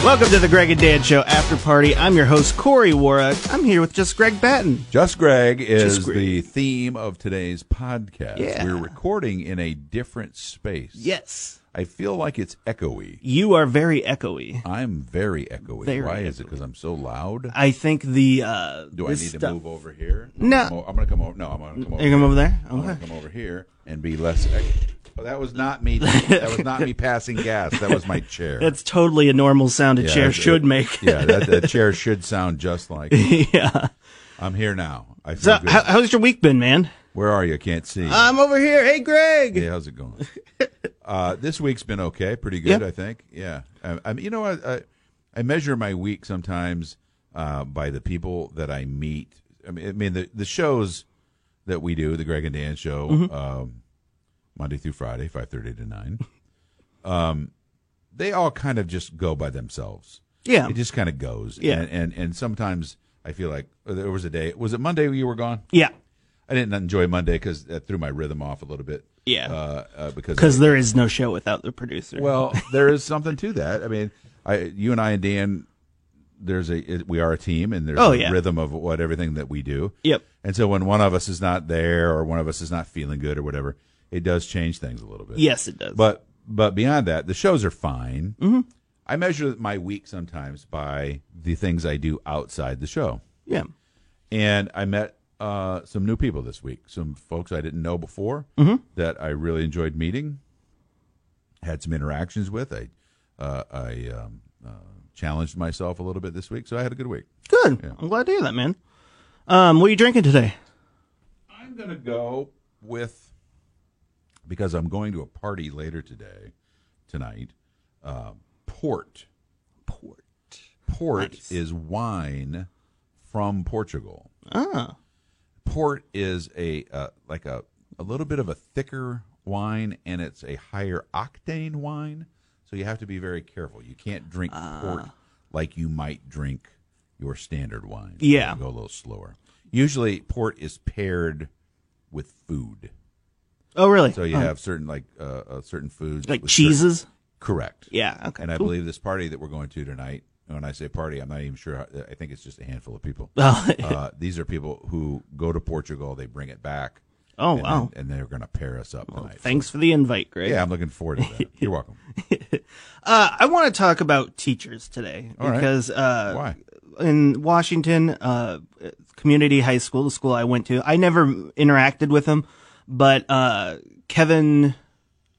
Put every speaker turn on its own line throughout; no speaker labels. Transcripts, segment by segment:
Welcome to the Greg and Dan Show After Party. I'm your host, Corey Warwick. I'm here with just Greg Batten.
Just Greg is
Just Greg.
the theme of today's podcast.
Yeah.
We're recording in a different space.
Yes.
I feel like it's echoey.
You are very echoey.
I'm very echoey.
Very
Why is it? Because I'm so loud?
I think the. Uh,
Do I
this
need to
stuff-
move over here?
No.
I'm going to come over. No, I'm going to come over.
You come over there?
I'm going
Okay.
to come over here and be less echoey. Oh, that was not me. that was not me passing gas. That was my chair.
That's totally a normal sound a
Yeah,
chair
that-
should make.
yeah, that, that chair should sound just like.
yeah.
I'm here now. I feel
So,
good.
how, Uh, how's your week been, man?
Where are you? I can't see.
I'm over here. Hey, Greg.
Hey, how's it going? uh, this week's been okay, pretty good,
Yeah.
I think. Yeah, I, I mean, you know, I, I I measure my week sometimes uh, by the people that I meet. I mean, I mean the the shows that we do, the Greg and Dan show,
Mm-hmm.
um, Monday through Friday, five thirty to nine. Um, they all kind of just go by themselves.
Yeah.
It just kind of goes.
Yeah.
and and, and sometimes. I feel like oh, there was a day. Was it Monday you were gone?
Yeah.
I didn't enjoy Monday because that threw my rhythm off a little bit.
Yeah.
Uh, uh, because
Because there is no show without the producer.
well, there is something to that. I mean, I you and I and Dan, there's a it- we are a team, and there's
Oh,
a
yeah.
rhythm of what everything that we do.
Yep.
And so when one of us is not there, or one of us is not feeling good, or whatever, it does change things a little bit.
Yes, it does.
But but beyond that, the shows are fine. Mm-hmm. I measure my week sometimes by the things I do outside the show
yeah.
and I met uh, some new people this week. Some folks I didn't know before that I really enjoyed meeting. Had some interactions with. I uh, I um, uh, challenged myself a little bit this week, so I had a good week.
Good. I'm glad to hear that, man. Um, what are you drinking today?
I'm gonna go with because I'm going to a party later today, tonight. Uh, port.
Port.
Port is wine from Portugal.
Ah.
port is a uh, like a a little bit of a thicker wine and it's a higher octane wine so you have to be very careful you can't drink
Ah.
port like you might drink your standard wine You
Yeah.
have to go a little slower usually port is paired with food
Oh, really?
so you
Oh,
have certain like uh, uh, certain foods
like
with certain-
cheeses?
correct
Yeah. Okay.
and i
cool.
believe this party that we're going to tonight when i say party i'm not even sure how, i think it's just a handful of people
Oh,
uh, these are people who go to Portugal. They bring it back.
Oh,
and
wow. Oh,
then- and they're going to pair us up tonight.
Thanks for the invite, Greg.
yeah, I'm looking forward to that. You're welcome.
Uh, I want to talk about teachers today
All right.
because uh,
Why?
in Washington, uh, community high school, the school I went to, I never interacted with him, but uh, Kevin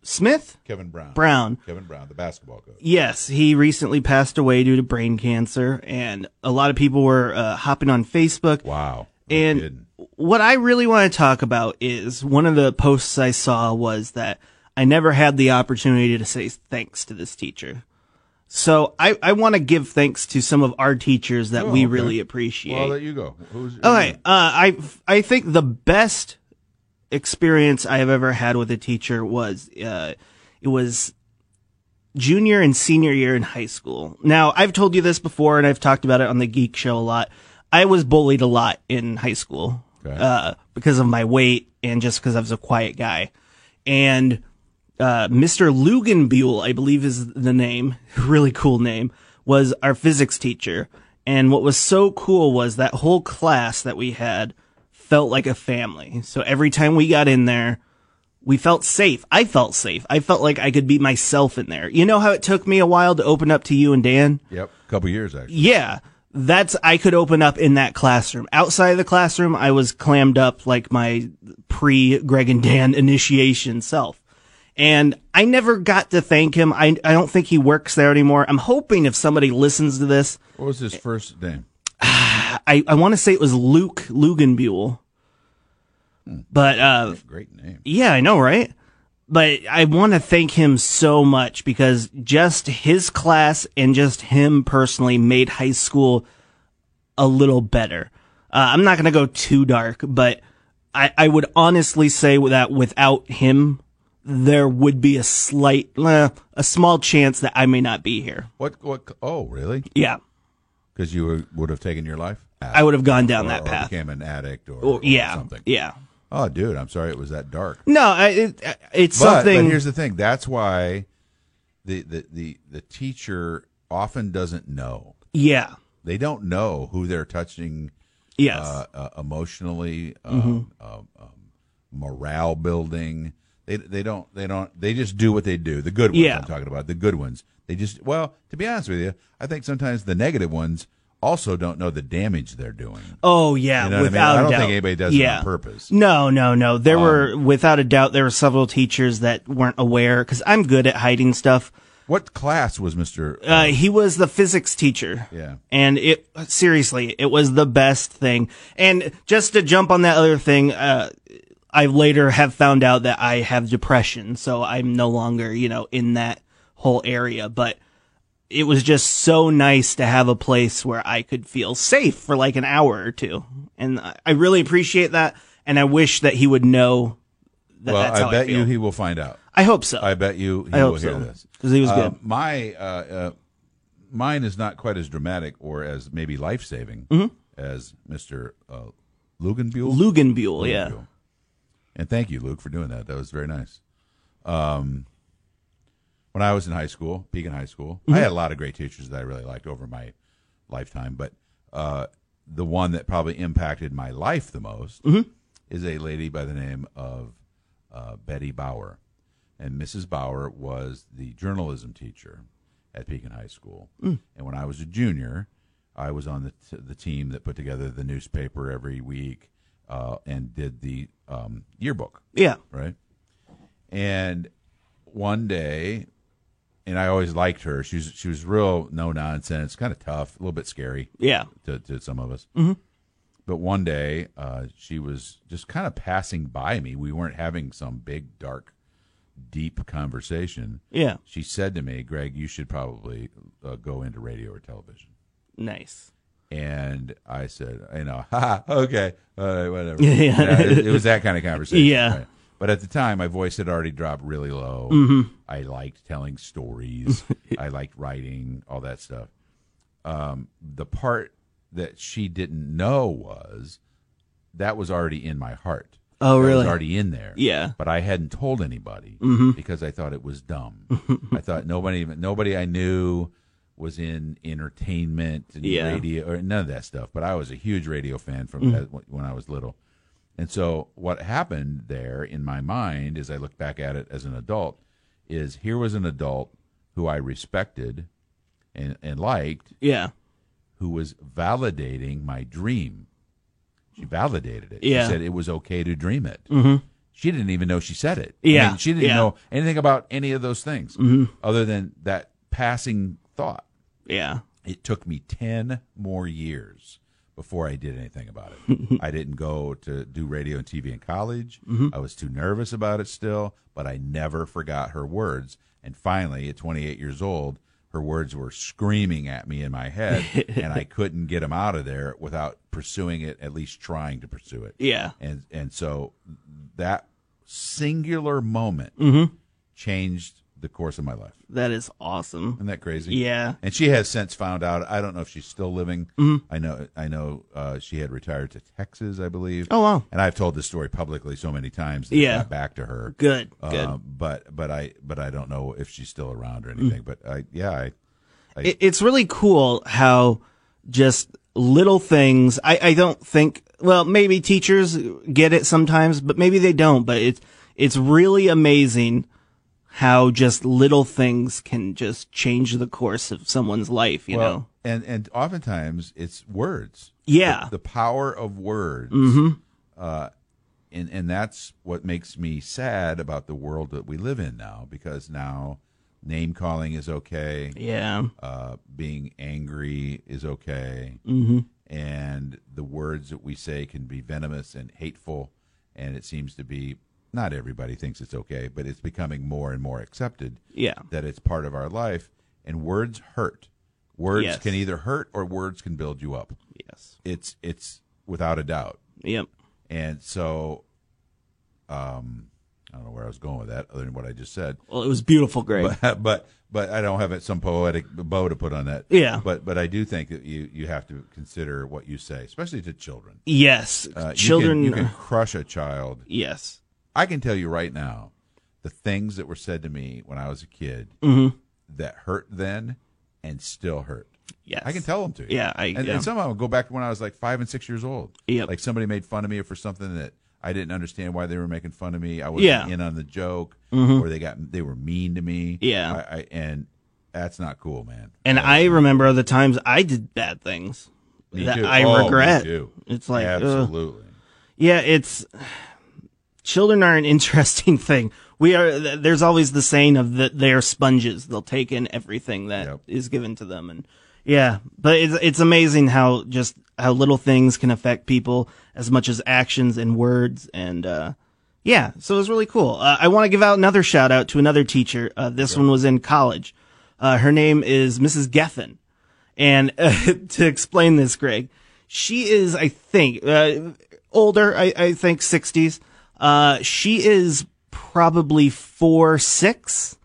Smith
Kevin Brown.
Brown.
Kevin Brown, the basketball coach.
Yes, he recently passed away due to brain cancer, and a lot of people were uh, hopping on Facebook.
Wow. No
And
kidding.
what I really want to talk about is one of the posts I saw was that I never had the opportunity to say thanks to this teacher. So I, I want to give thanks to some of our teachers that we
Oh, okay.
really appreciate.
well, there you go. Who's,
Okay, uh, I I think the best experience I have ever had with a teacher was uh, it was junior and senior year in high school. Now I've told you this before, and I've talked about it on the Geek Show a lot. I was bullied a lot in high school
Okay.
uh, because of my weight and just because I was a quiet guy, and uh, Mr. Lugenbuehl, I believe is the name, really cool name, was our physics teacher. And what was so cool was that whole class that we had felt like a family. So every time we got in there, we felt safe. I felt safe. I felt like I could be myself in there. You know how it took me a while to open up to you and Dan?
Yep. A couple years, actually.
Yeah. That's, I could open up in that classroom. Outside of the classroom, I was clammed up like my pre Greg and Dan initiation self. And I never got to thank him. I, I don't think he works there anymore. I'm hoping if somebody listens to this,
What was his first name?
I, I want to say it was Luke Lugenbuehl. But, uh,
Great name.
yeah, I know, right? But I want to thank him so much because just his class and just him personally made high school a little better. Uh, I'm not going to go too dark, but I, I would honestly say that without him, there would be a slight, eh, a small chance that I may not be here.
What? What? Oh, really?
Yeah.
Because you were, would have taken your life.
I would have gone down that
or
path.
became an addict or, or
Yeah.
something.
Yeah.
Oh, dude, I'm sorry it was that dark.
No, I, it, it's
But,
something.
but here's the thing. That's why the, the the the teacher often doesn't know.
Yeah.
They don't know who they're touching
Yes. Mm-hmm.
uh, uh, emotionally, um, um, um, morale building. They they don't they don't they just do what they do. The good ones
Yeah.
I'm talking about. The good ones. They just well, to be honest with you, I think sometimes the negative ones also don't know the damage they're doing.
oh yeah.
You know what I mean?
without
I
a
don't
doubt.
think anybody does it
yeah.
on purpose.
No, no, no. There were without a doubt there were several teachers that weren't aware because I'm good at hiding stuff.
What class was Mister?
Uh, he was the physics teacher.
Yeah.
And it, seriously, it was the best thing. And just to jump on that other thing, uh, I later have found out that I have depression. So I'm no longer, you know, in that whole area. But it was just so nice to have a place where I could feel safe for like an hour or two. And I- I really appreciate that. And I wish that he would know that
well,
that's how
I
I,
bet
feel.
you he will find out.
I hope so.
I bet you he
I
will
hope
hear
so.
this.
Because he was
Uh,
good.
my uh, uh, mine is not quite as dramatic or as maybe life saving
Mm-hmm.
as Mister uh, Lugenbuehl.
Lugenbuehl, yeah.
Lugenbuehl. And thank you, Luke, for doing that. That was very nice. Um, when I was in high school, Pekin High School, I had a lot of great teachers that I really liked over my lifetime. But uh, the one that probably impacted my life the most is a lady by the name of uh, Betty Bauer. And Mrs. Bauer was the journalism teacher at Pekin High School. And when I was a junior, I was on the, t- the team that put together the newspaper every week uh, and did the um, yearbook
Yeah.
right? And one day, and I always liked her. She was she was real no nonsense, kind of tough, a little bit scary
Yeah.
to, to some of us. But one day, uh, she was just kind of passing by me. We weren't having some big, dark, deep conversation.
Yeah.
She said to me, "Greg, you should probably uh, go into radio or television."
Nice.
And I said, you know, ha, okay, uh, whatever.
Yeah, yeah.
You know, it, it was that kind of conversation.
Yeah.
right? But at the time, my voice had already dropped really low.
Mm-hmm.
I liked telling stories. I liked writing, all that stuff. Um, the part that she didn't know was that was already in my heart.
Oh,
That was
really?
already in there.
Yeah. Mm-hmm.
But I hadn't told anybody because I thought it was dumb. I thought nobody, even nobody I knew was in entertainment and
Yeah. Mm-hmm.
radio or none of that stuff. But I was a huge radio fan from that, when I was little. And so what happened there in my mind as I look back at it as an adult is here was an adult who I respected and, and liked
Yeah.
who was validating my dream. She validated it.
Yeah. Mm-hmm.
She said it was okay to dream it. She didn't even know she said it. I
Yeah,
mean, she didn't
yeah. Mm-hmm.
know anything about any of those things other than that passing thought.
Yeah.
It took me 10 more years before I did anything about it. I didn't go to do radio and TV in college. I was too nervous about it still, but I never forgot her words. And finally, at 28 years old, her words were screaming at me in my head, and I couldn't get them out of there without pursuing it, at least trying to pursue it
Yeah.
and and so that singular moment changed the course of my life.
That is awesome.
Isn't that crazy?
Yeah.
And she has since found out. I don't know if she's still living.
Mm-hmm.
I know. I know uh, she had retired to Texas, I believe.
Oh, wow.
And I've told this story publicly so many times. That
Yeah.
It got back to her.
Good. Good. Mm.
Um, but but I but I don't know if she's still around or anything. But I yeah I
It, it's really cool how just little things. I, I don't think. Well, maybe teachers get it sometimes, but maybe they don't. But it's it's really amazing how just little things can just change the course of someone's life. You know.
and and oftentimes it's words.
Yeah. Mm-hmm.
the, the power of words. Uh, and and that's what makes me sad about the world that we live in now, because now name calling is okay,
Yeah.
uh, being angry is okay, and the words that we say can be venomous and hateful, and it seems to be not everybody thinks it's okay, but it's becoming more and more accepted
Yeah.
that it's part of our life and words hurt words
Yes.
can either hurt or words can build you up
Yes.
it's it's without a doubt
Yep.
and so um i don't know where i was going with that other than what i just said
Well, it was beautiful, Greg.
but but, but i don't have it some poetic bow to put on that
Yeah.
but but i do think that you you have to consider what you say especially to children
yes.
Uh, you can-
Children.
you can
are-
crush a child
yes.
I can tell you right now,
Mm-hmm.
the things that were said to me when I was a kid that hurt then and still hurt.
Yes.
I can tell them to.
Yeah, I-
and,
yeah.
and somehow go back to when I was like five and six years old.
Yep.
Like somebody made fun of me for something that I didn't understand why they were making fun of me. I wasn't
Yeah. Mm-hmm.
in on the joke, or they got they were mean to me.
Yeah.
I, I, and that's not cool, man.
And I remember the times I did bad things
Me
that
too.
I
Oh, me
regret.
too.
It's like, ugh.
absolutely.
yeah, it's children are an interesting thing. We are. th- There's always the saying of that they are sponges. They'll take in everything that is
Yep.
given to them, and yeah. But it's it's amazing how just how little things can affect people as much as actions and words and. uh yeah, so it was really cool. Uh, I want to give out another shout out to another teacher. Uh, this one was in college. Uh, her name is Mrs. Geffen. And uh, to explain this, Greg, she is, I think, uh, older, I, I think 60s. Uh, she is probably four, six,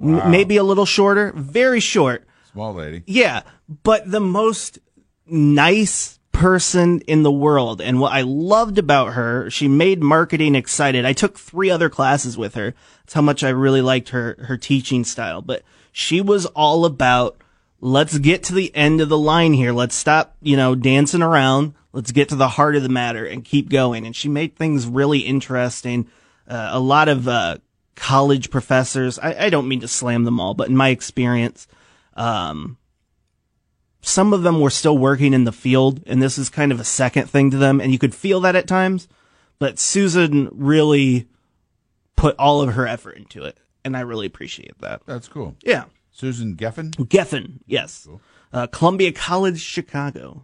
m- maybe a little shorter, very short.
Small lady.
Yeah, but the most nice person in the world. And what I loved about her, she made marketing excited. I took three other classes with her. That's how much I really liked her, her teaching style. But she was all about, let's get to the end of the line here. Let's stop, you know, dancing around. Let's get to the heart of the matter and keep going. And she made things really interesting. Uh, a lot of, uh, college professors, I, I don't mean to slam them all, but in my experience, um, some of them were still working in the field and this is kind of a second thing to them and you could feel that at times but susan really put all of her effort into it and i really appreciate that
That's cool.
yeah
Susan Geffen.
geffen yes uh, columbia college chicago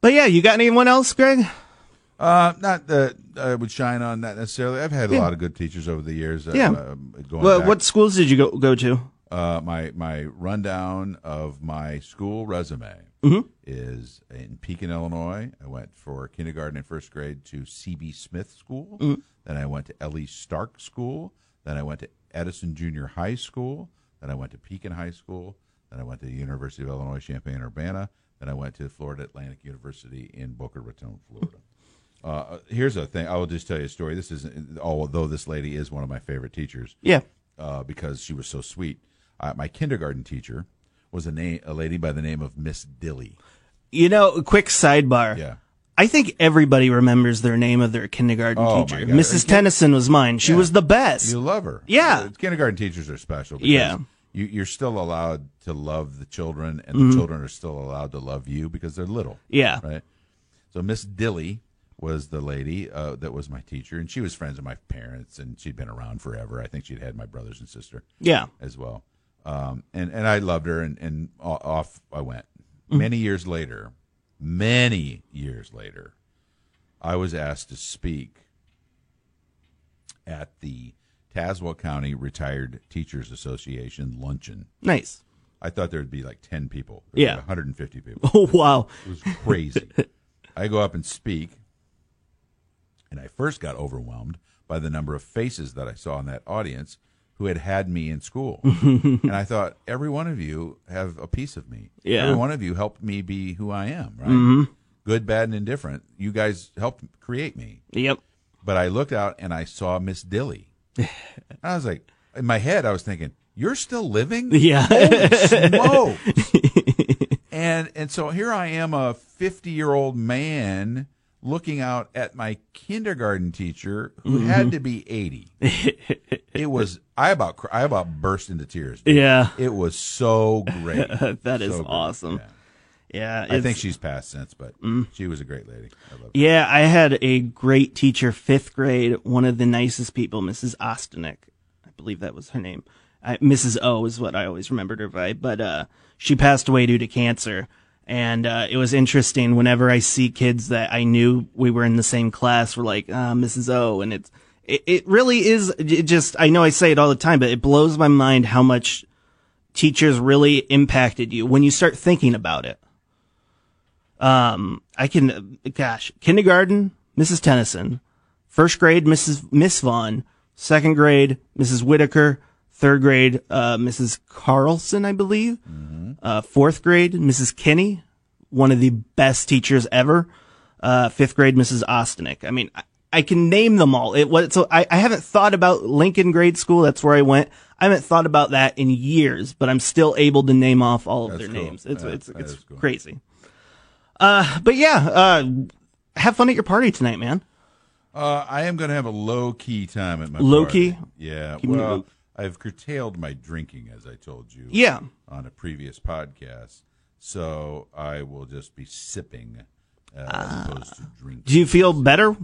but yeah you got anyone else greg
Uh, not that I would shine on that necessarily. I've had a lot of good teachers over the years.
Yeah.
Uh, going
well,
back.
what schools did you go, go to
uh, my my rundown of my school resume is in Pekin, Illinois. I went for kindergarten and first grade to C.B. Smith School. Then I went to Ellie Stark School. Then I went to Edison Junior High School. Then I went to Pekin High School. Then I went to the University of Illinois Champaign Urbana. Then I went to Florida Atlantic University in Boca Raton, Florida. Uh, here's a thing. I will just tell you a story. This is, although this lady is one of my favorite teachers
yeah
uh, because she was so sweet. Uh, my kindergarten teacher was a name, a lady by the name of Miss Dilly.
you know quick sidebar
Yeah,
I think everybody remembers their name of their kindergarten
Oh, my
teacher.
God.
Mrs. Tennyson was mine. She was the best.
you love her.
Yeah.
Uh, kindergarten teachers are special. because
Yeah.
you, you're still allowed to love the children, and the children are still allowed to love you because they're little.
Mm-hmm. yeah.
Right. So Miss Dilly was the lady uh, that was my teacher, and she was friends with my parents, and she'd been around forever. I think she'd had my brothers and sister.
Yeah.
as well. Um, and and I loved her, and and o- off I went. Many years later, many years later, I was asked to speak at the Tazewell County Retired Teachers Association luncheon.
Nice.
I thought there'd be like ten people, There'd be
Yeah.
150 people.
Oh wow.
It was crazy. I go up and speak, and I first got overwhelmed by the number of faces that I saw in that audience who had had me in school. and I thought, every one of you have a piece of me.
Yeah.
Every one of you helped me be who I am, right? Good, bad, and indifferent. You guys helped create me.
Yep.
But I looked out and I saw Miss Dilly. and I was like, in my head, I was thinking, you're still living?
Yeah.
smokes. and and so here I am, a fifty year old man looking out at my kindergarten teacher who
Mm-hmm.
had to be eighty. it was I about cr- I about burst into tears. dude.
yeah.
It was so great.
That is
So great.
awesome. Mm.
Yeah.
Yeah.
I
it's-
think she's passed since, but she was a great lady. I love her.
yeah, I had a great teacher, fifth grade, one of the nicest people, Mrs. Ostenick. I believe that was her name. I, Mrs. O is what I always remembered her by, but uh, she passed away due to cancer. And uh, it was interesting whenever I see kids that I knew we were in the same class, we're like, uh, Mrs. O. And it's, it, it really is it just, I know I say it all the time, but it blows my mind how much teachers really impacted you when you start thinking about it. Um, I can, gosh, kindergarten, Mrs. Tennyson, first grade, Mrs. Miss Vaughn, second grade, Mrs. Whitaker, third grade, uh, Mrs. Carlson, I believe,
Mm-hmm.
uh, fourth grade, Mrs. Kinney, one of the best teachers ever, uh, fifth grade, Mrs. Ostenick. I mean, I, I can name them all. It was, so I, I haven't thought about Lincoln grade school. That's where I went. I haven't thought about that in years, but I'm still able to name off all of
That's
their
cool.
names. It's
Yeah,
it's
that
it's
is cool.
crazy. Uh, but yeah, uh, have fun at your party tonight, man.
Uh, I am going to have a low key time at my
Low
party.
key?
Yeah.
me
well,
low.
I've curtailed my drinking as I told you.
Yeah.
On a previous podcast, so I will just be sipping uh, as opposed to drinking.
Ah. Do you feel better?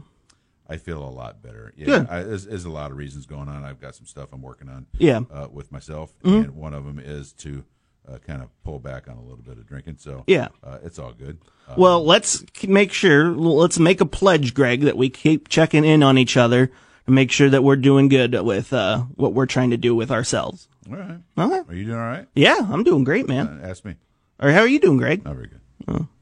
I feel a lot better. Yeah,
Good.
I, there's, there's a lot of reasons going on. I've got some stuff I'm working on.
Yeah. Mm-hmm.
uh, with myself, and one of them is to uh, kind of pull back on a little bit of drinking. So
Yeah.
uh, it's all good. Uh,
Well, let's k- make sure, let's make a pledge, Greg, that we keep checking in on each other and make sure that we're doing good with uh, what we're trying to do with ourselves.
all right.
Okay.
Are you doing all right?
Yeah, I'm doing great, man.
Uh, ask me.
Or how are you doing, Greg?
Not very good.